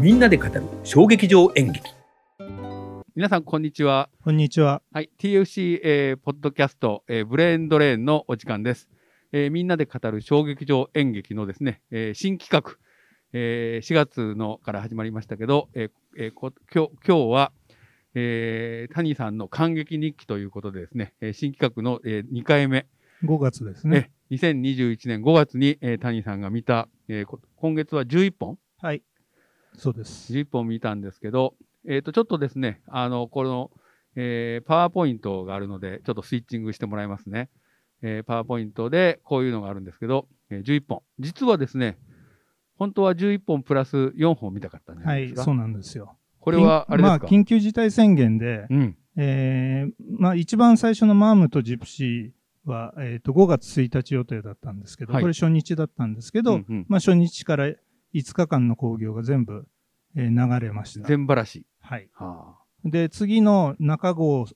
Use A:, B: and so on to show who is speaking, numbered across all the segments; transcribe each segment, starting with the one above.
A: みんなで語る衝撃場演劇
B: 皆さん、こんにちは。
C: こんにちは。
B: はい、TFC、えーポッドキャスト、えーブレーンドレーンのお時間です。えーみんなで語る小劇場演劇のですね、えー新企画、えー4月のから始まりましたけど、えーえーこ今日今日は、えー谷さんの感激日記ということでですね、えー新企画の、え2回目、
C: 5月です
B: え
C: ね。
B: ー2021年5月に、えー谷さんが見た、えーこ今月は11本
C: はい。そうです。
B: 11本見たんですけど、えっ、と、ちょっとですね、あの、この、えーパワーポイントがあるので、ちょっとスイッチングしてもらいますね。えーパワーポイントで、こういうのがあるんですけど、えー11本。実はですね、本当は11本プラス4本見たかったんじゃ
C: は
B: ないで
C: い
B: す、か。
C: そうなんですよ。
B: これは、あれですか、
C: 緊まあ、緊急事態宣言で、
B: うん。
C: えー、まあ、一番最初のマームとジプシーは、えっ、と、5月1日予定だったんですけど、
B: はい
C: これ初日だったんですけど、
B: うんうん
C: まあ、初日から5日間の興行が全部、えー流れました。
B: 全ばらし。
C: はい。
B: は
C: で、次の中郷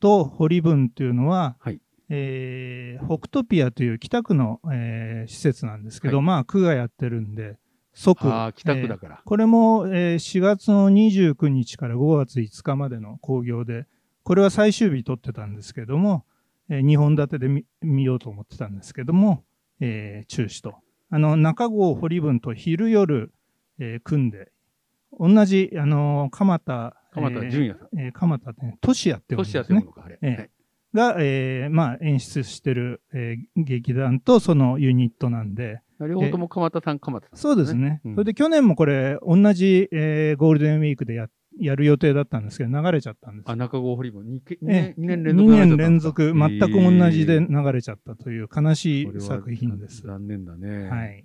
C: と堀文というのは、
B: はい
C: えー北トピアという北区の、えー施設なんですけど、
B: は
C: まあ、区がやってるんで、即、
B: あ、ああ北区だ
C: えー
B: から。
C: これも、えー4月の29日から5月5日までの興行で、これは最終日撮ってたんですけども、え2本立てで見見ようと思ってたんですけども、えー中止と。あの、中郷堀文と昼夜、えー組んで、同じ、あのー鎌田、
B: 鎌田純也さん。
C: えー鎌田ね、トシヤって呼ぶん
B: 年やっ
C: です
B: てる
C: ね。
B: のか、あれ。
C: ええ
B: はい
C: が、えーまあ、演出してる、えー劇団とそのユニットなんで、
B: 両方とも鎌田さん、鎌田さん。
C: そうですね。
B: うん
C: それで去年もこれ、同じ、えーゴールデンウィークでややる予定だったんですけど、流れちゃったんです
B: あ、
C: よ。
B: 中郷堀文、2,
C: ええ
B: 年連続
C: 二
B: 流れちゃっ
C: 年
B: たんで
C: 連
B: すか。
C: 続、全く同じ
B: え
C: で
B: え
C: 流れちゃったという悲し
B: こ
C: い
B: れは
C: 作品です。は
B: 残念だね。
C: い。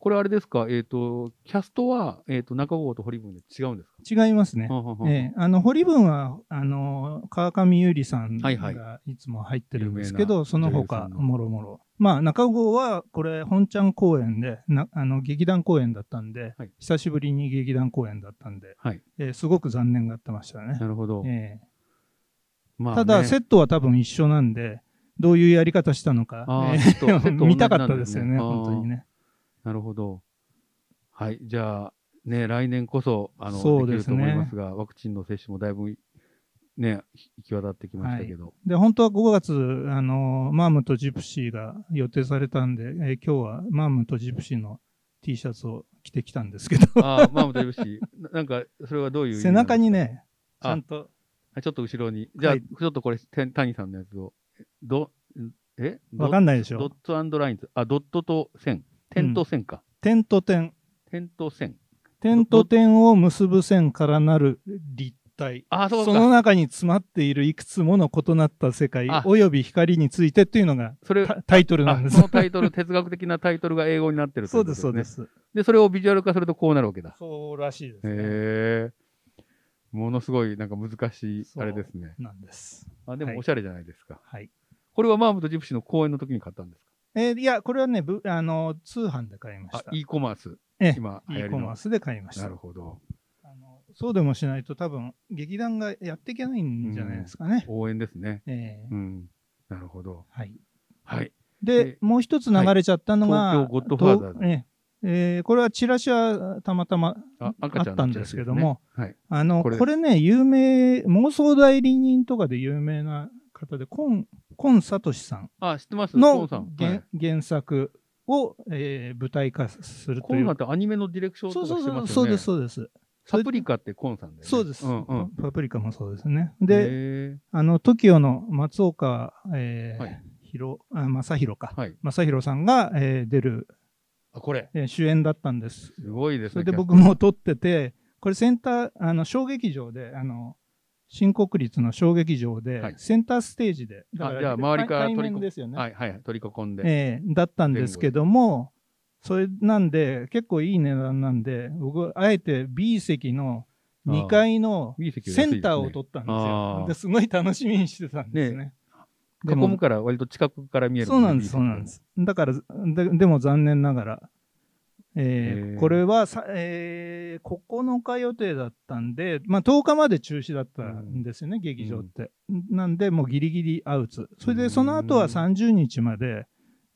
B: これあれですか、えっ、と、キャストは、えっ、と、中郷と堀文で違うんですか、
C: 違いますね
B: は。あはあはあ
C: ええあの、堀文は、あの、川上優里さん
B: はいはい
C: がいつも入ってるんですけ
B: 有
C: ど、
B: 名な
C: その
B: 女優さ
C: 他、
B: んの
C: もろもろ。まあ、中郷は、これ、本ちゃん公演で、なあの、劇団公演だったんで、
B: はい
C: 久しぶりに劇団公演だったんで、
B: はい
C: ええすごく残念がってましたね。
B: なるほど。
C: ええ
B: まあね
C: ただ、セットは多分一緒なんで、どういうやり方したのか、
B: あー
C: ええ
B: セットセット同じなんだね
C: 見たかったですよね、
B: あー
C: 本当にね。
B: なるほど。はい。じゃあ、ね、来年こそ、あの、
C: そ
B: で
C: うで
B: きる
C: す
B: と
C: ね
B: 思いますが、ワクチンの接種もだいぶ、ね、行き渡ってきましたけど。
C: で、本当は5月、あのマームとジプシーが予定されたんで、えー今日はマームとジプシーの T シャツを着てきたんですけど、
B: ああ、まあ、もだいぶし、 ななんか、それはどういう意味
C: 背中に
B: なんです
C: ね、ち
B: あ
C: ゃんと、
B: か。あちょっと後ろに。じゃあ、
C: はい
B: ちょっとこれ、て谷さんのやつを、ど、え
C: わかんないでし
B: ド
C: ょ
B: ッ。トラインズ。あ、ドットと線。点と線か。
C: 点と点。
B: 点と線。
C: 点と点を結ぶ線からなる立体。
B: ああ、そうか。
C: その中に詰まっているいくつもの異なった世界、
B: あ
C: および光についてっていうのが
B: それ、
C: タタイトルな
B: あ
C: んで
B: こ
C: す
B: の。タイトル、哲学的なタイトルが英語になってるとい
C: そう
B: こ
C: で
B: と
C: す、そう
B: ね
C: で。す。
B: で、それをビジュアル化するとこうなるわけだ。
C: そうらしいですね。
B: へえ。ものすごい、なんか難しい、
C: そう
B: あれですね。
C: なんです。
B: あ、で
C: は
B: も
C: い
B: おしゃれじゃないですか。
C: はい。
B: これはマームとジプシーの公演の時に買ったんです
C: えーいや、これはね、ぶあの通販で買いま
B: か
C: した
B: あ、。e コマース。
C: ええ
B: 今流行
C: e
B: り
C: コ
B: の
C: マー。スで買いまし
B: な
C: た
B: る。ほど。
C: あのそうでもしないと多分劇団がやっていけないんじゃないですかね。
B: 応援ですね。
C: ええ
B: うん。なるほど。
C: はい、
B: はい。
C: で、
B: え
C: もう一つ流れちゃったのが、
B: はい東京ゴッドファーザーズ
C: とええええこれはチラシはたまたま
B: あ、赤ちゃんの
C: あったんですけども
B: チラシですね。
C: あの
B: こ
C: こ
B: れ
C: れね有名妄想代理人とかで有名な方でコンコンサトシさん
B: はい。あ、知ってますコ
C: の
B: ンさん。
C: 原,、
B: はい
C: 原作を、ええ舞台化する
B: コ
C: と
B: ンさ
C: い
B: んっ
C: う。
B: てアニメのディレクションと
C: そ
B: か
C: う
B: して
C: そ
B: ま
C: う
B: すよ
C: そう
B: ね。
C: そうですそうです。
B: パプリカってコンさんだよね。
C: そうです、
B: うんうん。
C: パプリカもそうですね。で、
B: へえ、
C: あの、TOKIO の松岡、えー
B: はい
C: ひろあ正宏か。
B: はい。
C: 正宏さんが、えー出る、
B: あ、これ。
C: えー主演だったんです。
B: すごいですね。
C: それで
B: キャスト
C: 僕も撮ってて、これセンター、あの、小劇場で、あの、新国立の小劇場で、
B: はい
C: センターステージで、
B: あじゃあ周りから取り込
C: 対
B: む
C: 対面ですよね、
B: はいはい、取り囲んで。
C: えーだったんですけども、それなんで、結構いい値段なんで、僕、あえて B 席の2階の
B: いい席が
C: セ
B: 安いですね
C: ンターを取ったんです
B: あ
C: よ
B: ー。
C: ですごい楽しみにしてたんですね。
B: 囲
C: でも
B: むから割と近くから見える
C: そう
B: もね、
C: なんです、そうな
B: い
C: んで
B: い
C: す。だから、ででも残念ながら、えー
B: へー
C: これはさ、えー9日予定だったんで、まあ、10日まで中止だったんですよね、劇場って。なんで、もうギリギリアウト。それ
B: うん
C: で、その後は30日まで、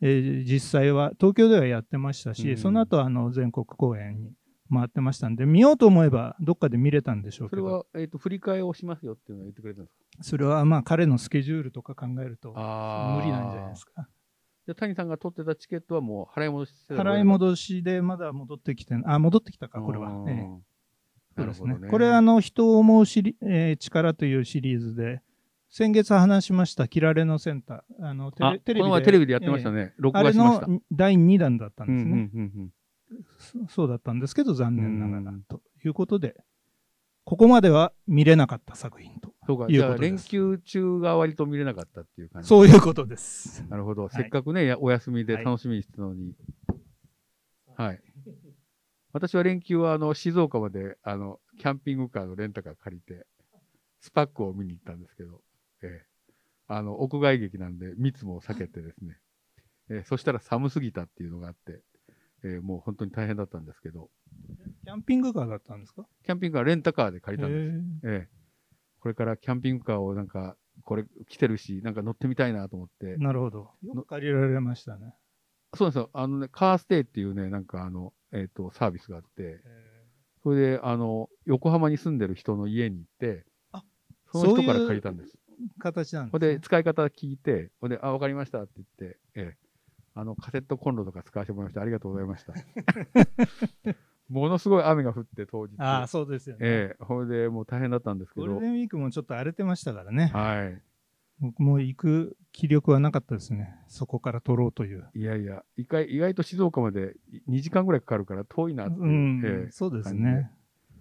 C: えー実際は、東京ではやってましたし、
B: うん
C: その後はあの全国公演に回ってましたんで、見ようと思えばどっかで見れたんでしょう
B: そ
C: け
B: れ
C: ど、
B: は、えっと振り替えをしますよっていうのは言ってくれたんですか
C: それはまあ彼のスケジュールとか考えると
B: あ
C: 無理なんじゃないですか。
B: じゃあ谷さんが取ってたチケットはもう払い戻しせざるを
C: 払い
B: 得なかっ
C: 戻しでまだ戻ってきてな、あ、戻ってきた
B: た
C: か、これは。
B: うん
C: ええ
B: な
C: そう
B: る
C: です
B: ほど
C: ね
B: ね。。
C: これ、あの、人を思うシリ、えー力というシリーズで、先月話しました、キラレのセンター。あの、テ
B: あ
C: レテレビで。
B: この前テレビでやってましたね。
C: えー
B: 録
C: あ
B: 画
C: れ
B: しました。
C: の第2弾だったん
B: うん
C: ですね、
B: うんうんうん
C: そそうだったんですけど、残念なが
B: う
C: ら
B: ん。
C: ということで、ここまでは見れなかった作品と。
B: そうか、
C: いう
B: じ
C: こ
B: ゃあ
C: とで
B: 連
C: す
B: 休中が割と見れなかったっていう感じ。
C: そういうことです。
B: なるほど。
C: い
B: せっかくね、やお休みで
C: はい
B: 楽しみにしてたのに。はい。私は連休は、あの、静岡まで、あの、キャンピングカーのレンタカー借りて、スパックを見に行ったんですけど、ええあの、屋外劇なんで密も避けてですね、ええそしたら寒すぎたっていうのがあって、ええもう本当に大変だったんですけど、
C: キャンピングカーだったんですか
B: キャンピングカーレンタカーで借りたんですよ
C: えー
B: ええ、これからキャンピングカーをなんか、これ来てるし、なんか乗ってみたいなと思って。
C: なるほど。よく借りられましたね。
B: そうなんですよ。あのね、カーステイっていうね、なんかあの、えっ、と、サービスがあって、それで、あの、横浜に住んでる人の家に行って、
C: あ
B: その
C: そう
B: 人
C: いう
B: から借りたんです。
C: 形なん
B: ほ
C: で
B: ん
C: す、
B: で、
C: ね。
B: 使い方聞いて、ほんで、あ、わかりましたって言って、ええ、あの、カセットコンロとか使わせてもらいました。ありがとうございました。 ものすごい雨が降って当日。
C: ああ、そうですよね。
B: ええ、ほんで、もう大変だったんですけ
C: ゴール
B: ど
C: デ、ンウィークもちょっと荒れてましたからね。
B: はい。
C: 僕も行く気力はなかったですね。そこから取ろうという。
B: いやいや、意外意外と静岡まで2時間ぐらいかかるから遠いなっていう、
C: うん、
B: ええ
C: そうですね。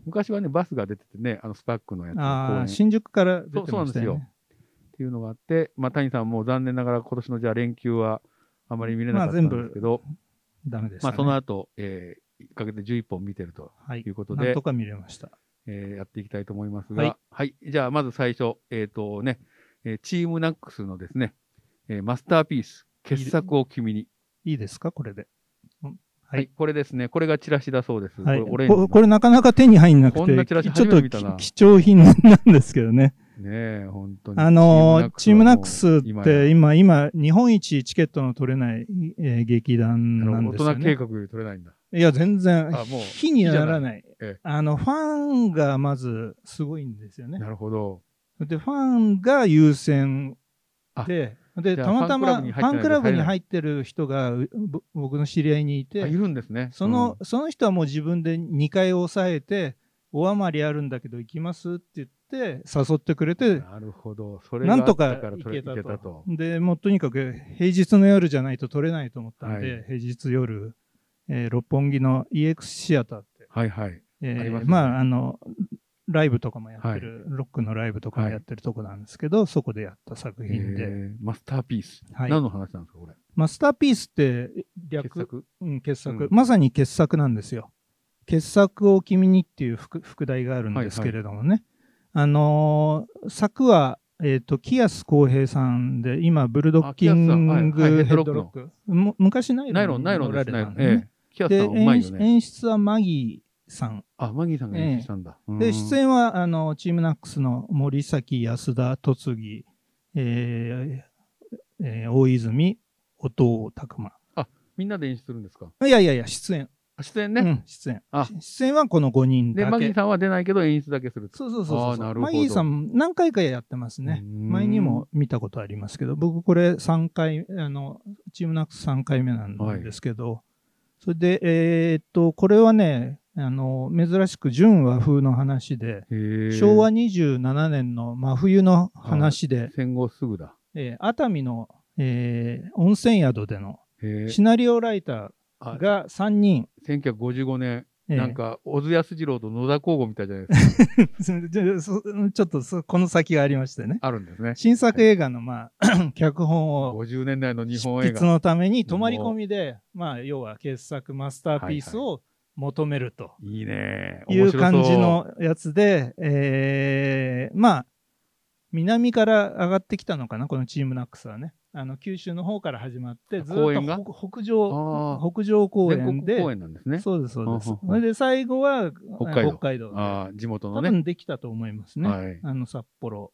B: 昔はね、バスが出ててね、あのスパックのやつ公
C: あ
B: 園
C: あ、
B: っ
C: 新宿から出てました
B: そうそう
C: よ
B: なん
C: ね。
B: ていうのがあって、まあ、谷さんも残念ながら今年のじゃあ連休はあまり見れなかったんですけど、
C: ダメでし
B: ま
C: た、
B: あ、
C: ね。
B: その後、えー、1ヶ月で11本見てると、
C: はい。
B: いうことで
C: なんとか見れました。
B: えーやっていきたいと思いますが、は
C: はいい、
B: じゃあまず最初、えっ、とね、えーチームナックスのですね、えーマスターピース、傑作を君に。
C: いいですかこれで。
B: は、
C: はいい
B: これですね、これがチラシだそうです。
C: はい。
B: これオレンジの
C: ここれなかなか手に入んなくて、
B: こんなチラシ
C: ちょっ
B: 初めて
C: と
B: 見たな
C: き貴重品なんですけどね。
B: ねえ、本当に。
C: あのーチームナックスっ
B: 今
C: て
B: や
C: 今、今、日本一チケットの取れない、えー劇団
B: なる
C: な
B: ほど
C: ん
B: 大
C: ですよ
B: 人計
C: ね。
B: 画より取れないんだ。
C: いや、全然
B: あもう、
C: 火にならない。
B: ええ
C: あの、ファンがまずすごいんですよね。
B: なるほど。
C: で、ファンが優先
B: あ
C: で、で、
B: じゃあ
C: たまたま
B: フ
C: フ
B: ァ
C: ァ
B: ン
C: ン
B: ク
C: ク
B: ラ
C: ラ
B: ブ
C: ブ
B: に
C: に
B: 入
C: 入ってる人が、うぼ僕の知り合い
B: あ
C: にい
B: い
C: て、
B: るんですね。
C: その、その人はもう自分で2回抑えて、お余りあるんだけど行きますって言って、誘ってくれ
B: うん
C: て、
B: なるほど。それが
C: な
B: あ
C: ん
B: った
C: と
B: か
C: から行
B: 取れ
C: け
B: 行け
C: たと。
B: たと。
C: で、もうとにかく平日の夜じゃないと取れないと思ったんで、
B: はい
C: 平日夜、えー六本木の EX シアターって、
B: はいはい。
C: えー
B: ありますね
C: まあ、あの、ライブとかもやってる、ロックのライブとかもやってるとこなんですけど、そこでやった作
B: え
C: 品で、
B: ーマスターピース。
C: はい
B: 何の話なんですか、これ。
C: マスターピースって略、
B: 傑作
C: うん、傑作、
B: うん
C: まさに傑作なんですよ。傑作を君にっていう副副題があるんですけれどもね。あのー作は、えっ、と、キアス浩平さんで、今、ブルドッキング
B: あキアスさんはいはい
C: ヘッドロック。む昔ナイロン
B: ナイロン、ナイロン
C: に
B: で
C: 乗
B: す
C: ら
B: ね
C: れたん。で
B: え
C: ね
B: え。キアス
C: で
B: さんうまいよ
C: 演
B: ね。
C: 演出はマギーさん。
B: あ、マギーさんが演出したんだ。う
C: で、
B: ん
C: 出演は、あの、チームナックスの森崎、安田、戸次、えーえー大泉、音尾拓磨。
B: みんなで演出するんですか。
C: いやいやいや、出演。
B: あ出演
C: う
B: ね。
C: ん、出演
B: あ。
C: 出演はこの5人
B: で、
C: だ
B: マギ
C: け
B: ー。さんは出ないけど演出だけすると。
C: そうそうそうそう
B: あーなるほど
C: マギーさん何回かやってますね。
B: うーん
C: 前にも見たことありますけど、僕これ3回、あの、チームナックス3回目なんですけど、それで、えーっと、これはね、あの、珍しく純和風の話で、
B: へえ
C: 昭和27年の真冬の話で、
B: 戦後すぐだ。
C: えー熱海の、えー温泉宿での
B: へえ
C: シナリオライタ
B: あ
C: ーが3人、
B: 1955年、
C: えー
B: なん か、小津安二郎と野田光吾みたいじゃないですか。
C: それでそちょっとそこの先がありましてね。
B: あるん ですね。
C: 新作映画の、まあ、 脚本を
B: 50年代の日
C: 執
B: 本映
C: 筆
B: 画。
C: のために泊まり込みで、まあ、要は傑作マスターピースを求めると
B: いいね。
C: い
B: 面白
C: う
B: そう
C: 感じ。のやつで、えーまあ、南から上がってきたのかな、このチームナックスはね。あの九州の方から始まって、ずっ
B: 公園が
C: と北北上、
B: あ
C: 北上
B: あ、
C: 公
B: 全
C: 園
B: 国
C: で、
B: 公演なんですね。
C: そうです、そうです。
B: うん
C: そ
B: うん
C: れで最後は
B: 北海道
C: 北海道で
B: ああ、地元
C: 多
B: のね。
C: 分できたと思いますね。
B: はい。
C: あの札幌、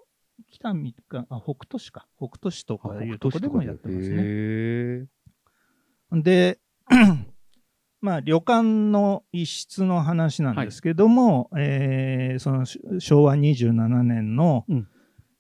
C: 北三かあ北斗市か、北斗市と
B: あ
C: かいうとこでもやってます
B: へ
C: ね。
B: え
C: で、まあ、旅館の一室の話なんですけども、えーそのし昭和27年の、
B: うん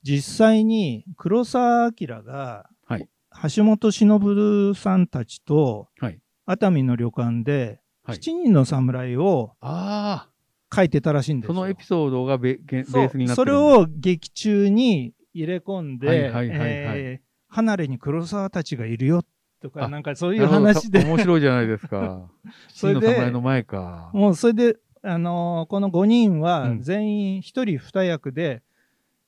C: 実際に黒澤明が、
B: はい
C: 橋本忍さんたちと
B: はい。
C: 熱海の旅館で、
B: はい
C: 7人の侍を
B: あ
C: 書いてたらしいん
B: あ、
C: ですよ
B: そのエピソードがベベ
C: そう
B: ースになってるんだ
C: それを劇中に入れ込ん
B: はい
C: で
B: はいはいはい
C: えー離れに黒沢たちがいるよとか
B: あ
C: なんかそう
B: ないる
C: う
B: ほど
C: 話で
B: 面白いじゃないですか。 真
C: それ
B: の
C: で
B: 侍の前か。
C: もうそれで、あのーこの5人
B: う
C: は
B: ん
C: 全員1人2役で、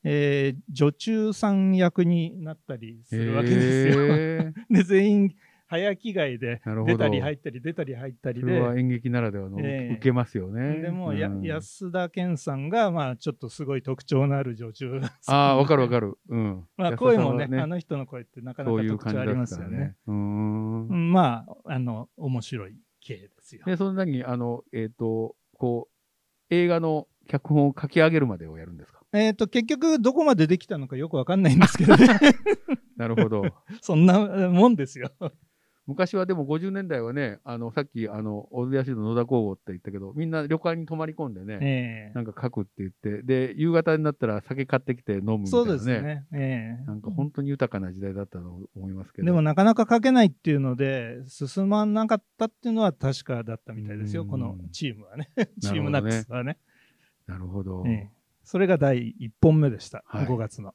C: えー女中さん役になったりするわけですよ。
B: へえ
C: で全員早着替えで
B: なるほど
C: 出たり入ったり出たり入ったり
B: それは
C: で。
B: 演劇ならではの
C: ええ
B: 受けますよね。
C: でもや、
B: うん
C: 安田顕さんが、まあ、ちょっとすごい特徴のある女中
B: ああ、わかるわかる。うん。
C: まあ、
B: 安田さん
C: 声も
B: は
C: ねあの人の声ってなかな
B: そ
C: か
B: ういう
C: 特
B: 感
C: 徴
B: じ
C: あ
B: だ
C: り
B: っ
C: ま
B: た
C: すよ
B: ら
C: ね
B: ね。。うーん。
C: うんまあ、あの、面白い系ですよ。
B: で、その時に、あの、えっ、と、こう、映画の脚本を書き上げるまでをやるんですか。
C: えっ、と、結局、どこまでできたのかよくわかんないんですけどね。
B: なるほど。
C: そんなもんですよ。
B: 昔はでも50年代はね、あの、さっき、あの、小津安の野田工房って言ったけど、みんな旅館に泊まり込んでね、
C: ええ
B: なんか書くって言って、で、夕方になったら酒買ってきて飲むみたい
C: そう
B: な
C: ですね。ええ
B: なんか本当に豊かな時代だったと思いますけど。
C: でもなかなか書けないっていうので、進まなかったっていうのは確かだったみたいですよ、
B: うん
C: このチームはね。チ
B: なるほどね
C: ームナックスはね。
B: なるほど。
C: ええそれが第1本目でした、
B: はい
C: 5月の。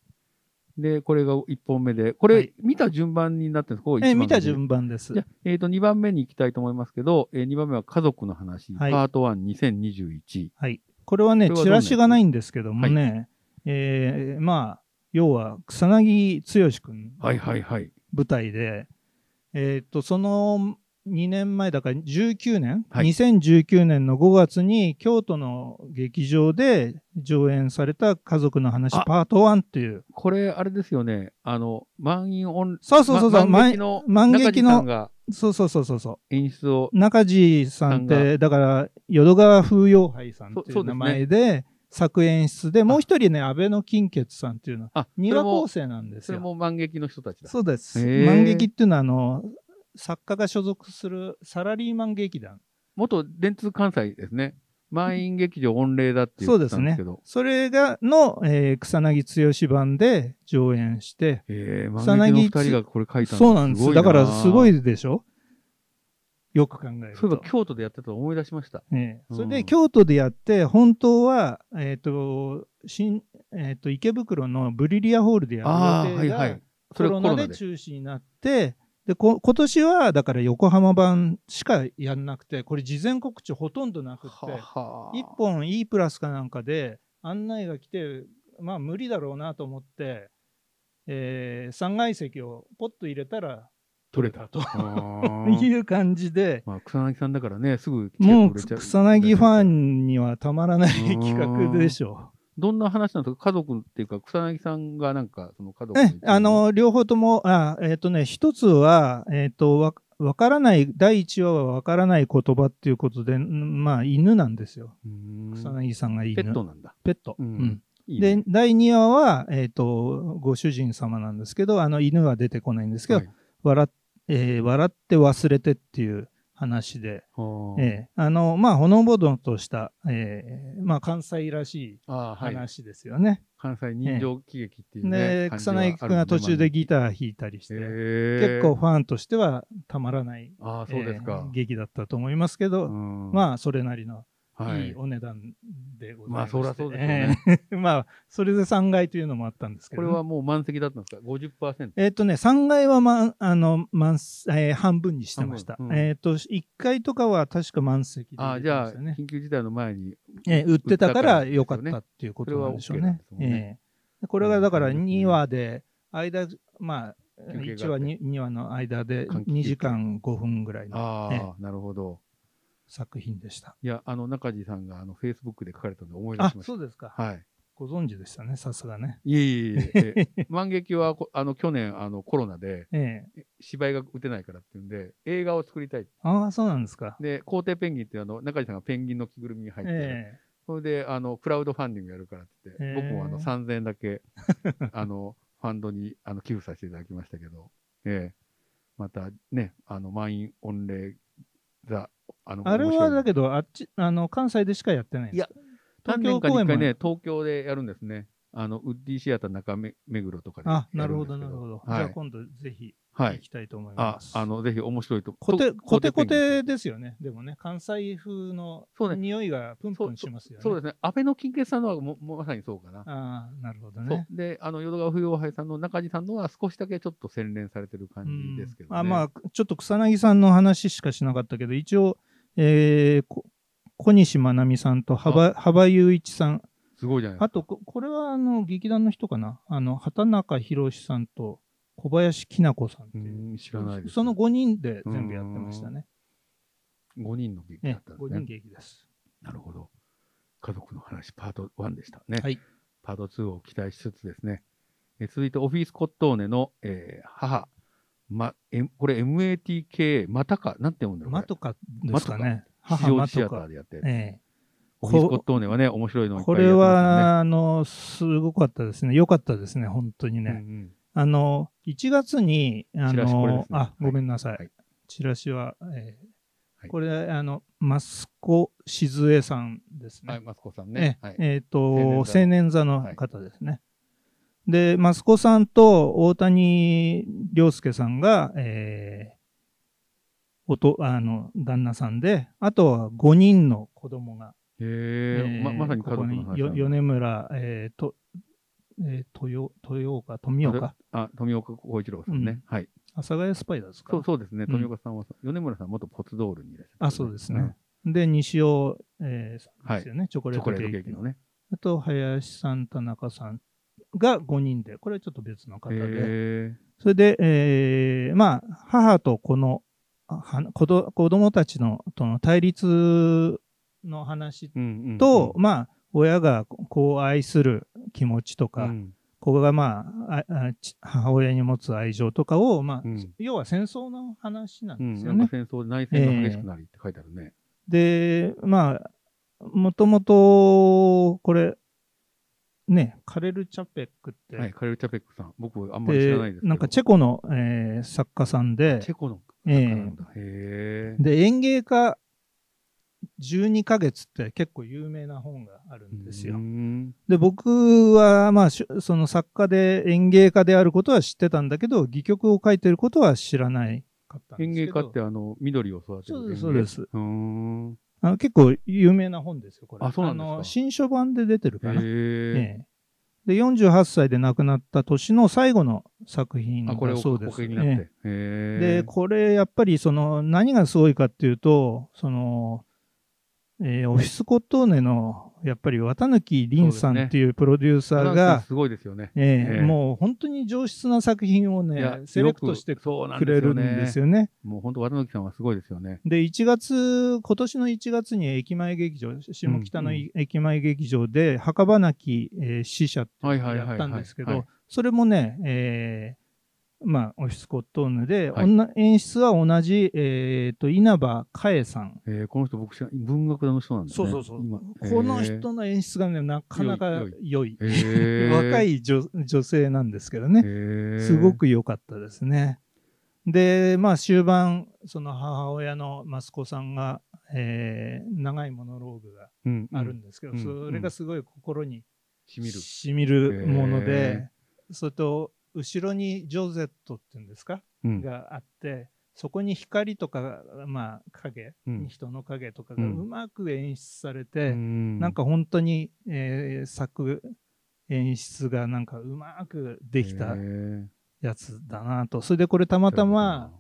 B: で、これが1本目で、これ、
C: はい
B: 見た順番になってるんですかここ
C: ええ
B: 一番
C: 見た
B: 初め
C: 順番です
B: じ。ゃあえっ、と、2番目に行きたいと思いますけど、え2番目は家族の話、
C: はい
B: パート12021。
C: はい。これはね、
B: これはど
C: チ
B: んなや
C: ラ
B: つ
C: シがないんですけどもね、ええまあ、要は草薙剛君
B: はいはいはい。
C: 舞台で、えーっとその2年前だから19年、
B: はい
C: 2019年の5月に京都の劇場で上演された「家族の話
B: あ
C: パート1」っていう
B: これ、あれですよね、あの、満員オン、
C: そうそうそうそ
B: ま
C: う、ま
B: 満劇の、
C: 満劇の
B: 中地さんが
C: そうそうそうそうそ
B: 演出を
C: う、中地さんってだから淀川風洋杯さんって
B: そう
C: い
B: そうです
C: う
B: ね
C: 名前で作演出でもう一人ね安倍の金傑さんっていうのは
B: あ、
C: 庭構
B: そ
C: 成なんです
B: れ
C: よ。
B: も満劇の人たちだ。
C: そうです
B: へー
C: 満劇っていうのはあの作家が所属するサラリーマン劇団
B: 元電通関西ですね。満員劇場御礼だって言ってたんですけど。
C: それが、の、えー草薙剛版で上演して、
B: えー、
C: 草
B: 満
C: 薙
B: 劇の二人がこれ書いた
C: そうなんです。だからすご。
B: ごい
C: いでしょよく考える
B: そういえ
C: と
B: ば。京都でやってたの思い出しました。
C: ええ
B: うん
C: それで京都でやって、本当は、えっ、と、新、えっ、と、池袋のブリリアホールでやる
B: ああ
C: 予
B: ー、は
C: 定
B: い
C: が、
B: はい。そ
C: コ
B: れは
C: ロ
B: コロナ
C: ナで
B: で。
C: 中止になって、で、こ今年は、だから横浜版しかやんなくて、これ事前告知ほとんどなくって、
B: は
C: 一本 E プラスかなんかで案内が来てまあ無理だろうなと思って、えー、3階席をポッと入れたら
B: 取れ
C: 取
B: た
C: れたと
B: あー
C: いう感じで
B: まあ、草薙さんだからね、すぐ来て
C: もう
B: くれちゃ
C: 草薙ファ
B: ン。
C: ンにはたまらない
B: うん
C: 企画でしょ
B: どんな話なんですか家族っていうか、草薙さんがなんか、その家族
C: う。ね、あ、の両方ともあえっ、とね一つはえっ、とわわからない第1話はわからない言葉っていうことでんまあ犬なんですよ
B: うーん
C: 草薙さんが犬
B: ペットなんだ。
C: ペット、
B: うん
C: うん
B: いいね
C: で、第2話は、えっ、と、ご主人様なんですけど、あの、犬は出てこないんですけど、
B: はい
C: 笑っえー笑って忘れてっていう話で、
B: あー
C: えーあの、まあ、ほのぼのとした、えーまあ、関西らしい
B: あー、はい。
C: 話ですよね。
B: 関西人情喜劇っていうね。
C: で、草薙君が途中でギター弾いたりして、
B: 結
C: 結構。ファンとしてはたまらない、
B: ああ、そうですか
C: えー。劇だったと思いますけど、
B: ま
C: まあ、それなりの
B: あはい
C: い
B: い。
C: お値段でござい
B: まあ、
C: まして
B: そりゃそうですよね。
C: えー まあ、それで3階というのもあったんですけ
B: こ
C: ど
B: れ
C: ね、
B: はもう満席だったんですか ?50%。
C: えっ、とね、3階は、ま、あの、満す、えー半分にしてました。
B: 半分うん
C: えっ、と、1階とかは確か満席で、
B: ああ、じゃあ、
C: ね、
B: 緊急事態の前に。
C: えー売ってたか
B: 売ったから
C: ら
B: ですよね
C: 良かったっていうことなんでしょう
B: そ
C: ね。
B: れは OK なんですもんね
C: えーこれがだから
B: うん
C: 2話で、間、まあ、
B: 休憩があって
C: 1話、2, 話の間で
B: 換気
C: 2時間5分ぐらいの
B: ああ、なるほど。
C: 作品でした。
B: いや、あの、中地さんが、あの、Facebook で書かれたので思い出
C: あ
B: し、まし
C: そうですか。
B: た。はい。
C: ご存知でしたね、さすがね。
B: いえいえいえ え、万劇はこ、あの、去年、あの、コロナで、
C: ええ
B: 芝居が打てないからっていうんで、映画を作りたい。
C: ああ、そうなんですか。
B: で、皇帝ペンギンっていうあの、中地さんがペンギンの着ぐるみに入ってる、
C: ええ
B: それで、あの、クラウドファンディングやるからって言って、
C: へえ
B: 僕もあの、3000円だけ、 あの、ファンドに、あの、寄付させていただきましたけど、ええまたね、あの、満員御礼、ザ、あの
C: あれはだ
B: け
C: けど、あっち、あの、関西でしかやってないんですか
B: 何年
C: 東京
B: かに
C: 公
B: 一
C: 演も
B: 回ね、東京でやるんですね。あの、ウッディシアター中目目黒とかで。
C: あ、なるほど、なるほど。じ
B: は
C: ゃあ
B: い。
C: 今度ぜひ
B: は
C: 行
B: い。
C: きたいと思い
B: あ
C: ま、す。
B: あ、の、ぜひ面白いと。
C: コテ、
B: と
C: コテコ。
B: ペンギン
C: テですよね。でもね、関西風の
B: そうね
C: 匂いがプンプンしますよね。
B: そうですね。安倍の金慶さんのはももうまさにそうかな。
C: ああ、なるほど
B: そう
C: ね。
B: で、あの、淀川不要杯さんの中地さんのは少しだけちょっと洗練されてる感じですけどね。
C: うんあまあ、ちょっと草薙さんの話しかしなかったけど、一応、えーこ小西真奈美さんと幅幅雄一さん、
B: すごいじゃないですか。
C: あとこ、これはあの劇団の人かな、あの畑中宏さんと小林きな子さんって
B: う
C: いう、
B: ん、知らないです。
C: その5人で全部やってましたね。
B: 5人の劇だ
C: え
B: った
C: え
B: んです
C: 5人
B: ね。
C: 劇です。
B: なるほど。家族の話、パート1でしたね。
C: はい
B: パート2を期待しつつですね。えー続いて、オフィスコットーネの、えー母。ま、えこれ MATK、またか、なんて読むんだろうこ
C: マ
B: れ
C: トカですかね。
B: 吉
C: 母
B: 祥寺
C: マ
B: シ
C: ト
B: アター
C: カ。
B: でやってる。
C: ええ
B: オフィスコットーネはね、面白いのいっぱ
C: こ
B: いやっ
C: れ
B: てま
C: は、あの、すごかったですね。良かったですね、本当に
B: す
C: ね。
B: よね。うんうん
C: あの、1月に、あ
B: チラシこれで
C: の
B: すね、はい
C: あ、ごめんなさ
B: はい
C: い。チラシは、え
B: は
C: ー
B: い
C: これ、あの、マスコしずえさんです
B: はい、
C: ね。
B: マスコさん
C: え
B: ね。はい。
C: えっと、
B: 青
C: 青年座
B: は
C: の
B: い
C: 方ですね。で、マスコさんと大谷亮介さんが、えーおと、あの、旦那さんで、あとは5人の子供が、
B: へえ、ま、まさに家族の話なんだ。
C: よ米村、えーと、えー豊、豊岡、富岡。
B: あ、富岡浩一郎さんね。
C: うん
B: はい。
C: 阿佐ヶ谷スパイダーズか
B: そう
C: な
B: そうですね。
C: うん
B: 富岡さんは、米村さんは元ポツドールにいらっしゃった
C: あ、そうですね。。で、西尾、えーさんですよね、チョコ
B: うんチ
C: レ
B: ョ
C: ー
B: コレ
C: トケ
B: ートケ
C: ー
B: ーキ
C: キの。
B: のね。
C: あと、林さん、田中さんが5人で、これはちょっと別の方
B: へ
C: で。
B: え。
C: それで、えーまあ、母とこの、あは子ど子供たちのとの対立の話
B: うんうんうん
C: と、、まあ、親が子を愛する気持ちとか、
B: うん
C: 子が、まあああち母親に持つ愛情とかを、まあ、
B: うん
C: 要は戦争の話な
B: うんん、
C: です
B: な
C: よ
B: ん
C: ね
B: か。戦争で内戦が激しくなりって書いてあるね。
C: で、まあ、もともと、これ、ね、カレル・チャペックって、
B: はい、カレル・チャペックさん。僕はあんまり知らない
C: で
B: ですけど。
C: なんかチェコの、えー作家さんで
B: チェコの方
C: ええ
B: なんだ。へえ。
C: で、園芸家12ヶ月って結構有名な本があるんです
B: う
C: よ。
B: ん
C: で、僕は、まあ、しゅその作家で園芸家であることは知ってたんだけど、戯曲を書いてることは知らないかったんです
B: 園芸
C: けど。
B: 家ってあの、緑を育てる園芸。
C: そうですそうです
B: うーん。へ
C: あの結構有名な本ですよ、これ。
B: あそうなんですか
C: の新書版で出てるかな。
B: え。
C: ええ、で48歳で亡くなった年の最後の作品
B: あ、これ
C: だ
B: を
C: そ
B: お
C: うで
B: か
C: す、
B: けになって
C: え。え
B: へえ
C: で。これやっぱりその何がすごいかっていうとその、えーオフィスコットーネのやっぱり綿貫凛さんっていうプロデューサ
B: フラ
C: ー
B: ンスは
C: が、
B: すごいですよね。
C: ええ
B: ええ
C: もう本当に上質な作品を
B: いや
C: ねセレクトして
B: よくそうなん
C: くれるん
B: で
C: ですす
B: よね。
C: よね。
B: もう本当、綿貫さんはすごいですよね。
C: で、1月、今年の1月に駅前劇場、下北のい駅前劇場で、墓場なき、えー死者って
B: はいはいはいは
C: や
B: い
C: ったんですけ
B: は
C: ど
B: い、
C: それもね、えーまあ、オフィスコットーヌで、
B: はい
C: おんな演出は同じ、えーと、稲葉かえさん。
B: えーこの人、僕知ら、文学座の人なんですね。今
C: この人。の演出がね、なかなか良い。
B: へー
C: 若。い女女性なんですけどね。すご。く良かったですね。で、まあ終盤、その母親の息子さんが、えー長いモノローグが
B: へーうんうん
C: あるんですけど、
B: うん
C: それがすごい心に
B: しみる。
C: しみるもので
B: へ、
C: それと後ろにジョゼットっていうんですか、
B: うん
C: があって、そこに光とか、まあ影、
B: うん
C: 人の影とかが
B: う
C: うんまく演出されて、
B: な
C: なん、か本当に、えー作、演出がなんかうまくできた
B: へー
C: やつだなと。それでこれたまたま、、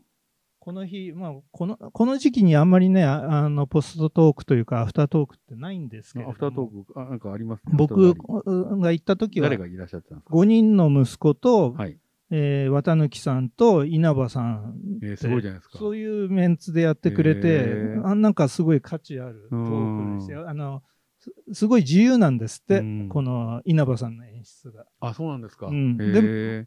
C: この日、まあ、この、この時期にあんまりね、ああの、ポストトークというか、アフタートークってないんですけれど
B: ア
C: も。
B: フタートーク、あなんかありますね
C: 僕
B: アフタートーク
C: うが行った時は
B: 誰、がいらっしゃってたんですか
C: 5人の息子と、
B: はい。
C: えー綿貫さんと稲葉さんって、
B: えーすごいじゃないですか。
C: そういうメンツでやってくれ
B: へ
C: て、
B: ー
C: あなんかすごい価値あるトークでしたよ。あの、すすごい自由なんですって、
B: うん
C: この稲葉さんの演出が。
B: あ、そうなんですか。
C: うん
B: へ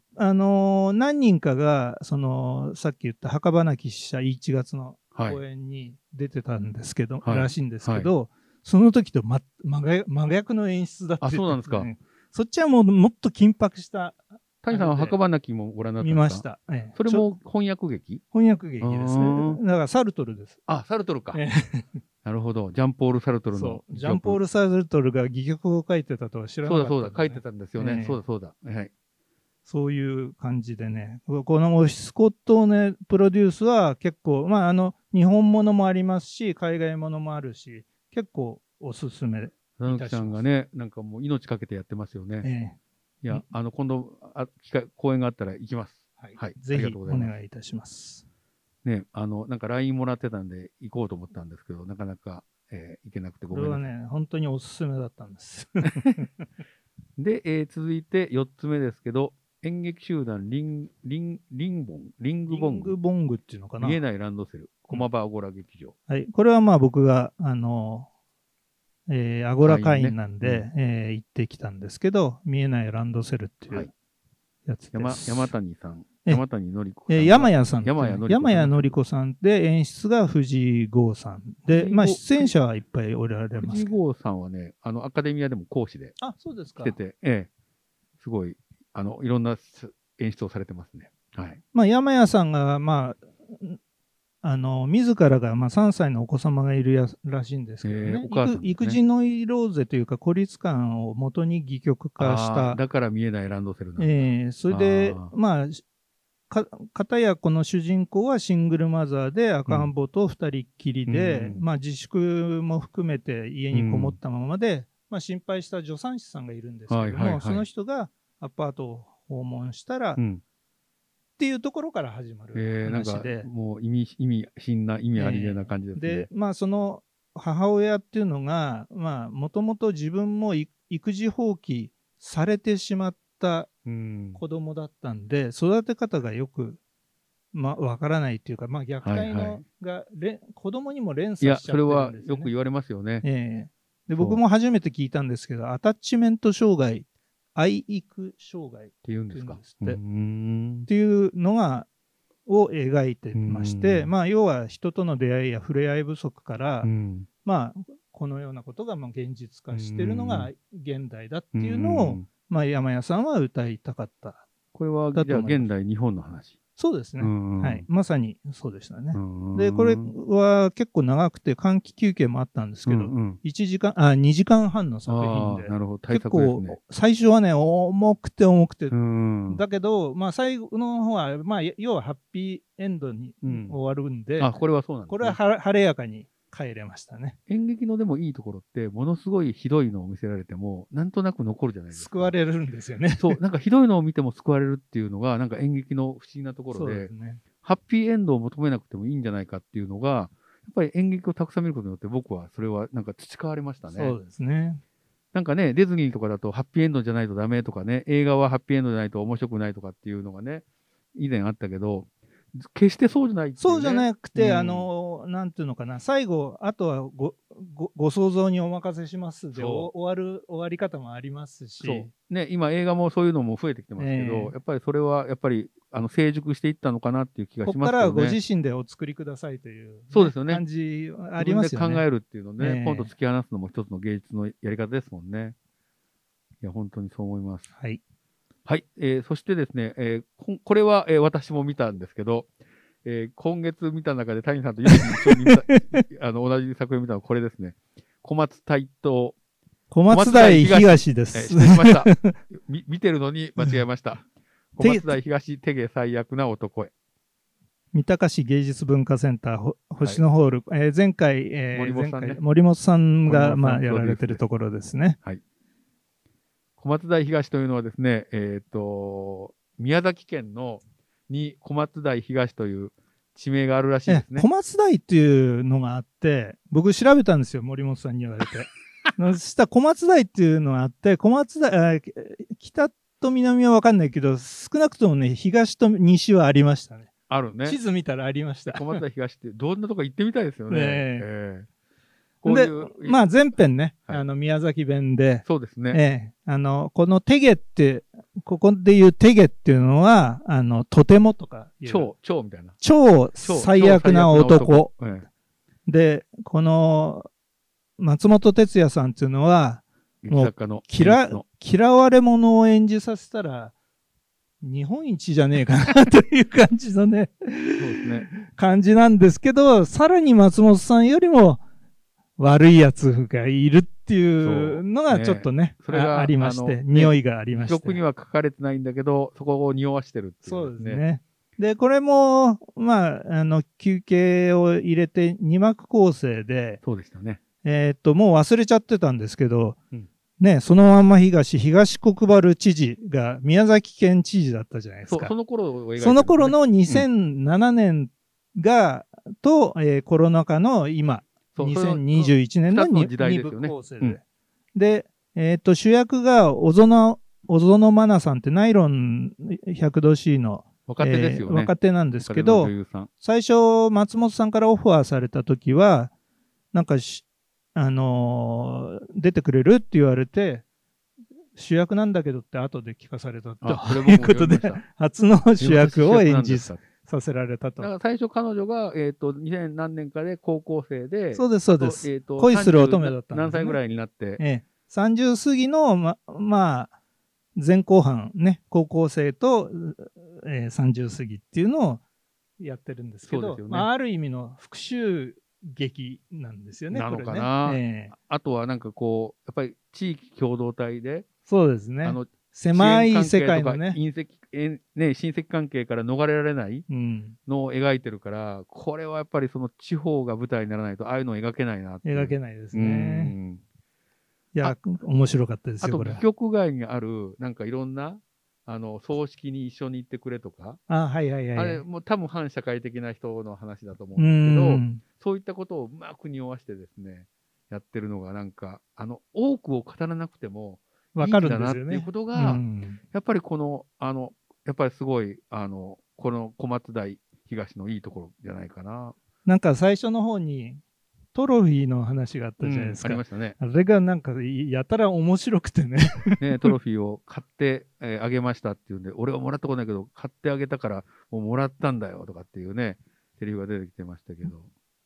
B: ー
C: あのー何人かが、その、さっき言った墓場なき死者1月の
B: はい。
C: 公演に出てたんですけど、
B: はい
C: らしいんですけど、その時と、ま、真逆真逆の演出だった
B: あそうなんですか
C: そっちはもうもっと緊迫した
B: 谷さんは
C: なので
B: 墓場なきもご覧になった
C: 見
B: んで
C: ますし
B: か
C: た。ええ
B: それ
C: ちょ
B: も翻訳劇
C: 翻訳劇です
B: う
C: ね。だからサルトルです。
B: あ、サルトルか
C: え。
B: なるほど。ジャンポール・サルトルの
C: そう。
B: 戯曲。
C: ジャンポール・サルトルが戯曲を書いてたとは知らな
B: そう
C: かっ
B: だ
C: た、
B: そうだ。書いて
C: た。
B: たんですよね。
C: ええ
B: そうだそうだ。はい。
C: そういう感じでね。このスコットをね、プロデュースは結構、まあ、あの、日本ものもありますし、海外ものもあるし、結構おすすめ。
B: 直樹さんがね、なんかもう命かけてやってますよね。
C: ええ
B: いや、あの、今度、あ、機会、公演があったら行きます。
C: はい
B: はい
C: ぜ
B: あり
C: ひ
B: がとうご
C: お
B: ざいます
C: 願いいたします。
B: ね、あの、なんか LINE もらってたんで行こうと思ったんですけど、なかなか、えー行けなくてご
C: こ
B: め
C: れ
B: んな
C: は
B: さい。
C: ね、本当におすすめだったんです。
B: で、えー続いて4つ目ですけど、演劇集団リン、リン、リンボン、リング
C: リ
B: ボン
C: ン
B: グ
C: グ、ボングっていうのかな
B: 見えないランドセル、駒場アゴラ劇場。
C: はい、これはまあ僕が、あの、えーアゴラ会
B: 会員
C: 員
B: ね
C: なんで、えー行ってきたんですけど、見えないランドセルってい
B: はいう
C: やつです。
B: 山、山谷さん、
C: え
B: 山谷のり子さん
C: え
B: が。
C: ー山谷さんっていう
B: 山谷のり子さん
C: 山谷のり子さんで、演出が藤井剛さんで、
B: 藤井剛
C: まあ出演者はいっぱいおられま
B: 藤井
C: すけど。
B: 剛さんはね、あの、アカデミアでも講師で
C: あ、そうですか
B: 来て。て、ええすごい、あの、いろんなす演出をされてますね。はい。
C: まあ山谷さんが、まあ、んあの、自らが、まあ3歳のお子様がいるやらしいんですけど
B: えーお
C: ね。
B: 母さんですね
C: 育育児ノイローゼというか孤立感を元に戯曲化した
B: あーだから見えないランドセルなんだ
C: ええそれで
B: あー
C: まあか片やこの主人公はシングルマザーで赤ん坊と二人っきりで、
B: うん
C: まあ、自粛も含めて家にこもったままで、まあ、心配した助産師さんがいるんですけども、
B: はいはいはい
C: その人がアパートを訪問したら、
B: う
C: っ
B: ん。
C: ていうところから始ま
B: え
C: る
B: ーなん
C: 話
B: か
C: で、
B: もう意味、意味深な、意味ありげな感じですね。
C: でまあ、その母親っていうのがもともと自分もい育児放棄されてしまった
B: うん。
C: 子供だったんで育て方がよく、ま、わからないというか、まあ、虐待
B: はいは
C: のがれ、子供にも連
B: い
C: 鎖
B: や、
C: しち
B: そ
C: ゃって
B: れ
C: る
B: は
C: んです
B: よ
C: よ、ね、
B: く言われますよね。
C: ええ
B: そ
C: で
B: う
C: 僕も初めて聞いたんですけどアタッチメント障害愛育障害っ
B: って言うんですか。
C: 言う
B: うん
C: ていうのがを描いてまして、
B: うん
C: まあ、要は人との出会いや触れ合い不足から、
B: うん
C: まあ、このようなことがまあ現実化してるのが現代だっていうのを、
B: ん
C: まあ、山谷さんは歌いたかった
B: これは
C: だ
B: じ
C: と
B: ゃあ
C: 思います
B: 現代日本の話。
C: そうですね、
B: うん
C: はい、まさにそうでしたね。
B: うん
C: で、これは結構長くて、換気休憩もあったんですけど、
B: うんうん
C: 1時間、あ、2時間半の作
B: あ
C: 品
B: あ
C: で、
B: なるほど対
C: 結
B: 策です
C: 構、
B: ね。
C: 最初はね、重くて重くて、
B: うん
C: だけど、まあ、最後の方は、まあ、要はハッピーエンドに
B: うん
C: 終わるんで、
B: あこれはそうなんです、ね、
C: これはは晴れやかに帰れましたね。
B: 演劇のでもいいところってものすごいひどいのを見せられてもなんとなく残るじゃないですか。
C: 救われるんですよね。
B: そうなんかひどいのを見ても救われるっていうのがなんか演劇の不思議なところ
C: そう
B: で
C: ですね。
B: ハッピーエンドを求めなくてもいいんじゃないかっていうのがやっぱり演劇をたくさん見ることによって僕はそれはなんか培われましたね。
C: そうですね。
B: なんかね、ディズニーとかだとハッピーエンドじゃないとダメとかね、映画はハッピーエンドじゃないと面白くないとかっていうのがね、以前あったけど、決してそうじゃないっていう、ね。
C: そうじゃなくて、
B: うん
C: あの、なんていうのかな、最後、あとはご、ご、ご想像にお任せしますで、
B: そう
C: お終わる、終わり方もありますし、
B: そう。ね、今映画もそういうのも増えてきてますけど、
C: ええ
B: やっぱりそれはやっぱりあの成熟していったのかなっていう気が
C: こ
B: し
C: こ
B: ます
C: か
B: け
C: らは
B: ど
C: ご
B: ね。
C: 自身でお作りくださいという、
B: そうですよね
C: 感じありますよ
B: 自
C: ね。
B: 分で考えるっていうのね、
C: ええ
B: ポンと突き放すのも一つの芸術のやり方ですもんね。いや、本当にそう思います。
C: はい。
B: はい、えーそしてですね、えーこんこれは、えー私も見たんですけど、えー今月見た中で谷さんと唯一一緒に見 たあの同じ作品を見たのはこれですね。小松台東、
C: 小松台東で
B: え ー
C: す。
B: 失礼しました。み見てるのに間違えま した。小
C: て
B: 松台東、手芸最悪な男へ。
C: 三鷹市芸術文化センターほ星野ホール、えー前回、えー
B: 森本さんね
C: 前回森本さん
B: 森
C: が
B: 本さん
C: まあ、やられてるところですね。
B: 小松台東というのはですね、えっ、と、宮崎県のに小松台東という地名があるらしいです
C: え
B: ね
C: 小。松台っていうのがあって、僕調べたんですよ、森本さんに言 われて。そしたら小松台っていうのがあって、小松台、あ北と南はわかんないけど、少なくともね、東と西はありましたね。
B: あるね。
C: 地図見たらありました。
B: 小松台東って、どんなとこ行ってみたいですよね。
C: ね
B: ええこうい
C: で
B: う、、
C: まあ前編ね、
B: はい
C: あの宮崎弁で、
B: そうですね。
C: ええ、あの、このテゲって、ここで言うテゲっていうのは、あの、とてもとか言う
B: 超、超みたいな。
C: 超
B: 超
C: 最悪な
B: 超
C: 男。
B: 最悪な男
C: で、この、松本哲也さんっていうのは、
B: ええ劇作家の。
C: 嫌
B: の、
C: 嫌われ者を演じさせたら、日本一じゃねえかなという感じのね、
B: そうですね。
C: 感じなんですけど、さらに松本さんよりも悪いやつがいるっていうの
B: そう
C: が
B: ね
C: ちょっとね、
B: それが
C: あありまし
B: あの
C: て、匂いがありま
B: 記
C: して。
B: 録には書かれてないんだけど、そこを匂わしてるっていう、
C: そうです。ね。で、これも、まあ、あの、休憩を入れて2幕構成で、
B: そうでしたね。
C: えーっと、もう忘れちゃってたんですけど、
B: うん
C: ね、そのまんま東、東国原知事が宮崎県知事だったじゃないです
B: そ
C: か。
B: その頃を描いてるんですね
C: その頃、の2007年が、と、えーコロナ禍の今、
B: そうそれを
C: 2021年の
B: 二つの
C: に
B: 時代ですよね
C: 二部構成で。
B: うん
C: でえーっと、主役が小園、小園マナさんってナイロン 100°C の
B: 若手ですよね。
C: えー若手なんです
B: 若
C: けど
B: 手の、女優さん
C: 最初、松本さんからオファーされた時は、なんかし、あのー出てくれるって言われて、主役なんだけどって後で聞かされた と
B: あ、それ
C: いうことで
B: 僕も読みまし
C: 初の
B: た
C: 主役を演
B: 主
C: じ
B: 役なんです
C: さ
B: か
C: せられ
B: だ
C: た
B: か
C: と。
B: ら最初彼女が、えっ、と、2000何年かで高校生で、
C: そうです、そうです。
B: えーと
C: 恋する乙女だったんですね
B: 何歳ぐらいになって、
C: ええ、30過ぎの、ま、まあ、前後半ね、高校生と、えー、30過ぎっていうのをやってるんですけ
B: そうで
C: ど、
B: すよね
C: まあ、ある意味の復讐劇なんですよね、
B: なのかな
C: これねええ
B: あとはなんかこう、やっぱり地域共同体で、
C: そうですね。
B: あの、
C: 狭い
B: 支
C: 世
B: 援関係
C: 界
B: とか
C: のね。
B: 隕石えね、親戚関係から逃れられない
C: うん、
B: のを描いてるから、これはやっぱりその地方が舞台にならないと、ああいうのを描けないなっていう
C: 描けないです
B: う
C: ね。
B: ん
C: いや、面白かったです
B: あ
C: よ、
B: と、
C: これ
B: 戯。曲外にある、なんかいろんな、あの、葬式に一緒に行ってくれとか、
C: あ、はいはい
B: あ
C: はい。
B: れ、もう多分反社会的な人の話だと思う
C: う
B: です
C: ん
B: けど、
C: ん。
B: そういったことをうまく匂わしてですね、やってるのがなんか、あの、多くを語らなくても、いい
C: わ
B: ん
C: かる
B: だ
C: んで
B: なって
C: すよ
B: いう
C: ね
B: こ。と
C: う
B: が、
C: ん
B: やっぱりこの、あの、やっぱりすごい、あの、この小松台東のいいところじゃないかな。
C: なんか最初の方にトロフィーの話があったじゃないです
B: うんあり
C: か
B: ま。したね。
C: あれがなんかやたら面白くてね。
B: ね、トロフィーを買って、えーあげましたっていうんで、俺はもらったことないけど、買ってあげたから、もうもらったんだよとかっていうね、セリフが出てきてましたけど。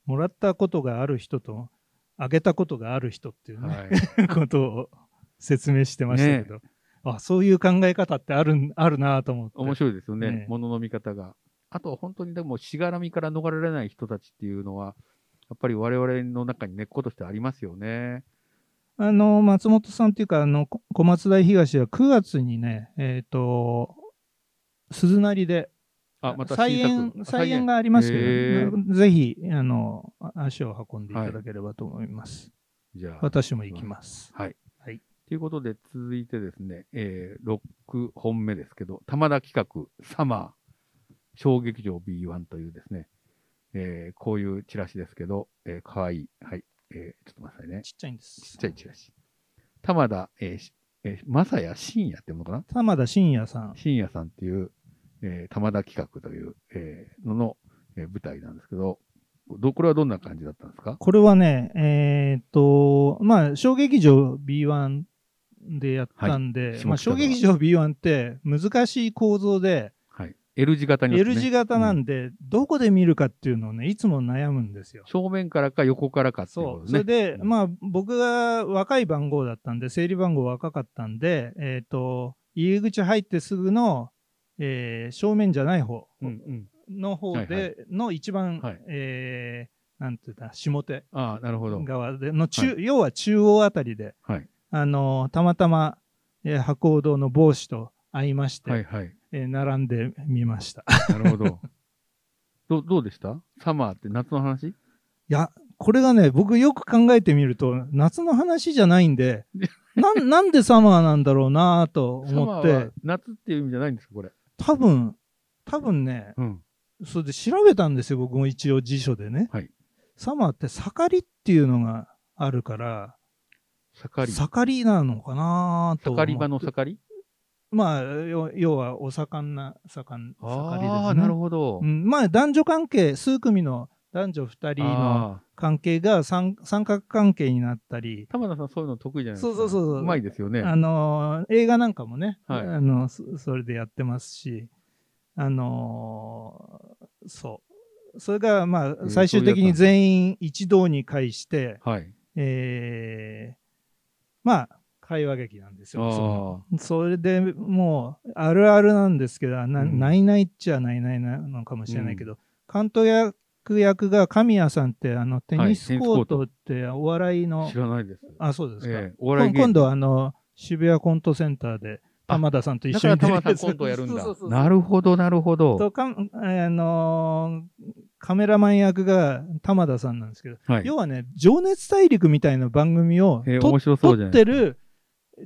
C: もらったことがある人と、あげたことがある人っていうね、
B: は
C: ことを説明してましたけど、あ、そういう考え方ってあるん、あるなと思って。
B: 面白いですよね、
C: ね
B: 物の見方が。あとは本当にでもしがらみから逃れられない人たちっていうのは、やっぱり我々の中に根っことしてありますよね。
C: あの、松本さんっていうか、あの、こ小松台東は9月にね、えっ、と、鈴なりで、
B: あ、また
C: 再
B: 新
C: 演
B: 作、
C: 再演がありますけ
B: へ
C: ど、
B: ー
C: なぜひ、あの、あ足を運んでいただければと思います。
B: じゃあ。
C: 私も行きます。
B: はい。
C: はい
B: ということで、続いてですね、えー、6本目ですけど、玉田企画、サマー、小劇場 B1 というですね、えー、こういうチラシですけど、えー、かわいい。はい。えー、ちょっと待ってくださいね。
C: ちっちゃいんで
B: ち
C: す
B: っち。ゃいチラシ。玉田、えーしえー、まさや深夜っていうのかな
C: 玉田信也さん。
B: 深夜さんっていう、えー、玉田企画という、えー、のの、えー舞台なんですけど、ど、これはどんな感じだったんですか
C: これはね、えーっと、まあ、小劇場 B1 でやったんで、
B: い下北沢
C: まあ、小劇場 B1 って難しい構造で、
B: はい。L 字型に、
C: L 字型な
B: うん
C: んで、どこで見るかっていうのをね、いつも悩むんですよ。
B: 正面からか横からかっていうこと
C: そう。
B: です
C: そ
B: ね。
C: れで、
B: うん
C: まあ、僕が若い番号だったんで、整理番号若かったんで、えーっと、入り口入ってすぐの、えー正面じゃない方
B: うんうん。
C: の方
B: はいは
C: での一番、
B: はい
C: えーなんていうんだ、下手
B: ああ、なるほど。
C: 側での中、要は中央あたりで、
B: はい。
C: あのたまたま、えー、博報堂の帽子と会いまして、
B: はいはい。
C: えー並んでみました。
B: なるほ ど。どうどうでしたサマーって夏の話
C: いや、これがね、僕よく考えてみると、夏の話じゃない んで、なんなんでサマーなんだろうなと
B: サマ
C: 思っ
B: ーは
C: て、
B: 夏っていう意味じゃないんですか、これ。
C: 多分、多分ね、
B: うん。
C: それで調べたんですよ、僕も一応辞書でね。
B: はい
C: サマーって盛りっていうのがあるから、
B: 盛り。
C: 盛りなのかなと思っ
B: 盛
C: て。
B: り場の盛り
C: まあ、要要はお盛んな盛ん、盛りですね。
B: ああ、なるほど。
C: うん、まあ男女関係数組の男女2人の
B: ああ
C: 関係が三三角関係になったり、
B: 玉田さん、そういうの得意じゃないですか。
C: そうそうそうそう
B: うまいですよね。
C: あのー映画なんかもね、
B: はい
C: あのそそれでやってますし、あのーそうそれがま
B: え
C: あ最終的に全員一堂に会して、
B: はい。
C: えーまあ会話劇なんです
B: あ
C: よ。
B: ー
C: そのそれでもうあるあるなんですけど、な
B: うん
C: ないないっちゃないないなのかもしれないけど、監督役役が神谷さんってあのテニスコートってお笑いの、
B: 知らないです。
C: あそうですか、
B: ええお笑い芸人
C: 今度あの渋谷コントセンターで玉田さんと一
D: だ
C: 緒
D: か
C: に
D: ら
C: 出
D: 玉
C: るや
D: 田
C: つ
D: さんコントをやるんだ。
C: そうそうそ う
B: なるほど、なるほど。
C: とかんあのーカメラマン役が玉田さんなんですけど、
B: はい。
C: 要はね「情熱大陸」みたいな番組を
B: えー
C: 撮
B: 面白そうじゃ
C: 撮
B: な
C: っ
B: い
C: てる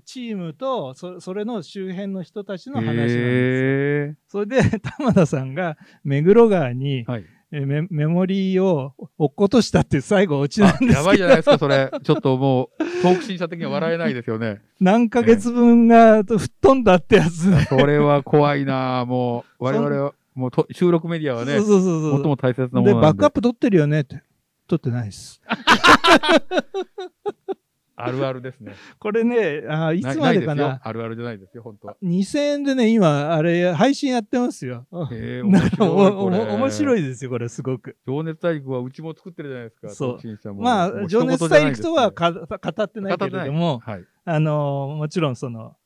C: チームとそそれの周辺の人たちの話なんですよ。
B: へ
C: それで 玉田さんが目黒川に
B: ー、はい。
C: えメメモリーを落っことしたっていう最後落ちなんです
D: やばいじゃないですか、それ。ちょっともう、トーク審査的には笑えないですよ ね。
C: 何ヶ月分が吹っ飛んだってやつ、ね、
B: それは怖いなぁもう、我々は、もうと収録メディア
C: そ
B: は
C: う
B: ね
C: そう、そう
B: 最
C: そ
B: も大切なも
C: う
B: のな
C: で
B: んで。
C: バックアップ取ってるよねって取ってないです
D: あるあるですね。
C: これねあーい
D: い
C: つまでか
D: いす
C: な
D: よあるあるじゃないですよ、本当は。
C: 2000円でね今あれ配信やってますよ
B: えー、面
C: なんか
B: 白い
C: お
B: こ
C: お
B: れ。
C: 面白
B: い。
C: いですよこれすごく
B: 情熱大陸はうちも作ってるじゃないですか、
C: そう
B: トーク審査も。
C: ま
B: も
C: あ
B: う
C: 情熱大陸とは
B: 一
C: か語ってないけれ
B: 言じゃ
C: ども
B: ないですね、
C: あのーもちろんその、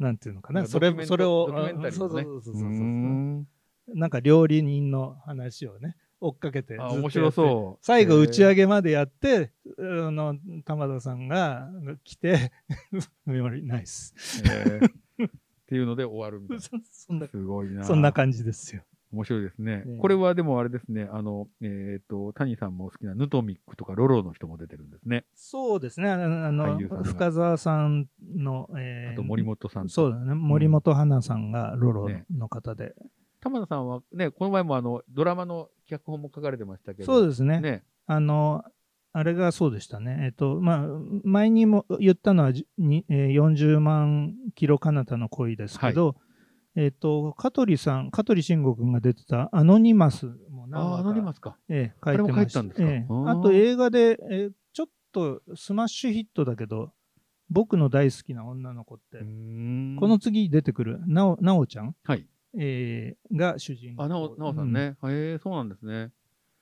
C: なんていうのか
D: な
C: な、
D: んか
C: それ
D: ドキュメント
C: それを
D: ドキュメンタリー
C: そう
D: の
C: そう
D: ね
C: そうそ
B: はい。
C: うそうう
B: ー
C: そう。
B: ん
C: なんか料理人の話をね、追っかけて
B: あ、面白
C: う。
B: そう。
C: 最後打ち上
B: げ。
C: げまでやって、あの、玉田さんが来て、 メモリーナイス。
B: えー っていうので終わるみたい
C: そそん
B: な。
C: な、
B: すごいなぁ
C: そんな感じですよ。
B: 面白いですね。
C: ね
B: これはでもあれですね、あの、えっ、と、谷さんもお好きなヌトミックとかロロの人も出てるんですね。
C: そうですね、あの、あの
B: 俳優さんが
C: 深澤さんの、えー
B: あと森本さんとか。
C: そうだね、森本花さんがロロの方で。
B: 玉田さんはね、この前もあの、ドラマの脚本も書かれてましたけど。
C: そう
B: で
C: ですね。
B: ね。
C: あの、あれがそうでしたね。えっと、まあ、前にも言ったのはじに、えー40万キロ彼方の恋ですけど、えっと、香取さん、香取慎吾君が出てたアノニマスも
B: ああー、ア
C: 何
B: ノニ
C: 話か、
B: マスか。
C: ええ、書い
B: あれ
C: て
B: も書い
C: まして
B: たんですか
C: ええ
B: あー
C: あと映画で、えーちょっとスマッシュヒットだけど、僕の大好きな女の子って、こ
B: こ
C: の、次出てくる、なお、なおちゃん、
B: はい。
C: えーが主人公。
B: あ、なお、なおさん
C: う
B: ね。へえそうなんですね。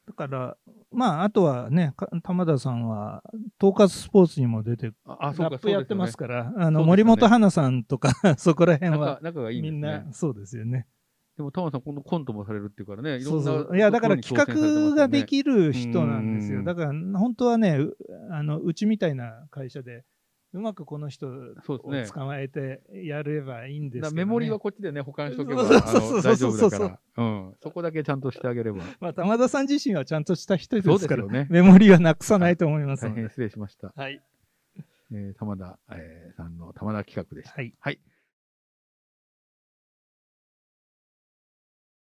C: だから、まあ、あとはね、か玉田さんは、統括スポーツにも出て、
B: あ、あそう
C: ラ
B: か、
C: ップやってます
B: か。
C: から、あ
B: そうですよ
C: の、
B: ね
C: 森本花さんとか、 そこら辺
B: 仲
C: は、、
B: 仲がいいんで
C: み
B: す
C: ん
B: ね
C: な。、そうですよね。
B: でも、玉田さん、このコントもされるっていうからね、いろ
C: そ
B: ん
C: う
B: な
C: そう。いや、だから企画がで
B: る。
C: きる人なんです
B: う
C: よ。
B: ん
C: だから、本当はね、うあの、うちみたいな会社で、うまくこの人を
B: そうですね
C: 捕まえてやればいいんですけ
B: だから
C: ど、
B: メ
C: ね。
B: モリーはこっちでね、保管しとけば、あ
C: そうそうそう
B: の
C: そう
B: 大丈
C: そう
B: 夫だから。うん。そこだけちゃんとしてあげれば。
C: まあ、玉田さん自身はちゃんとした人
B: そ
C: で
B: う
C: す
B: です
C: から、
B: よね。
C: メモリーはなくさないと思います
B: 大
C: ので
B: 変失礼しました。
C: はい。
B: えー、玉田、えーさんの玉田企画でした。
C: はい。
B: はい。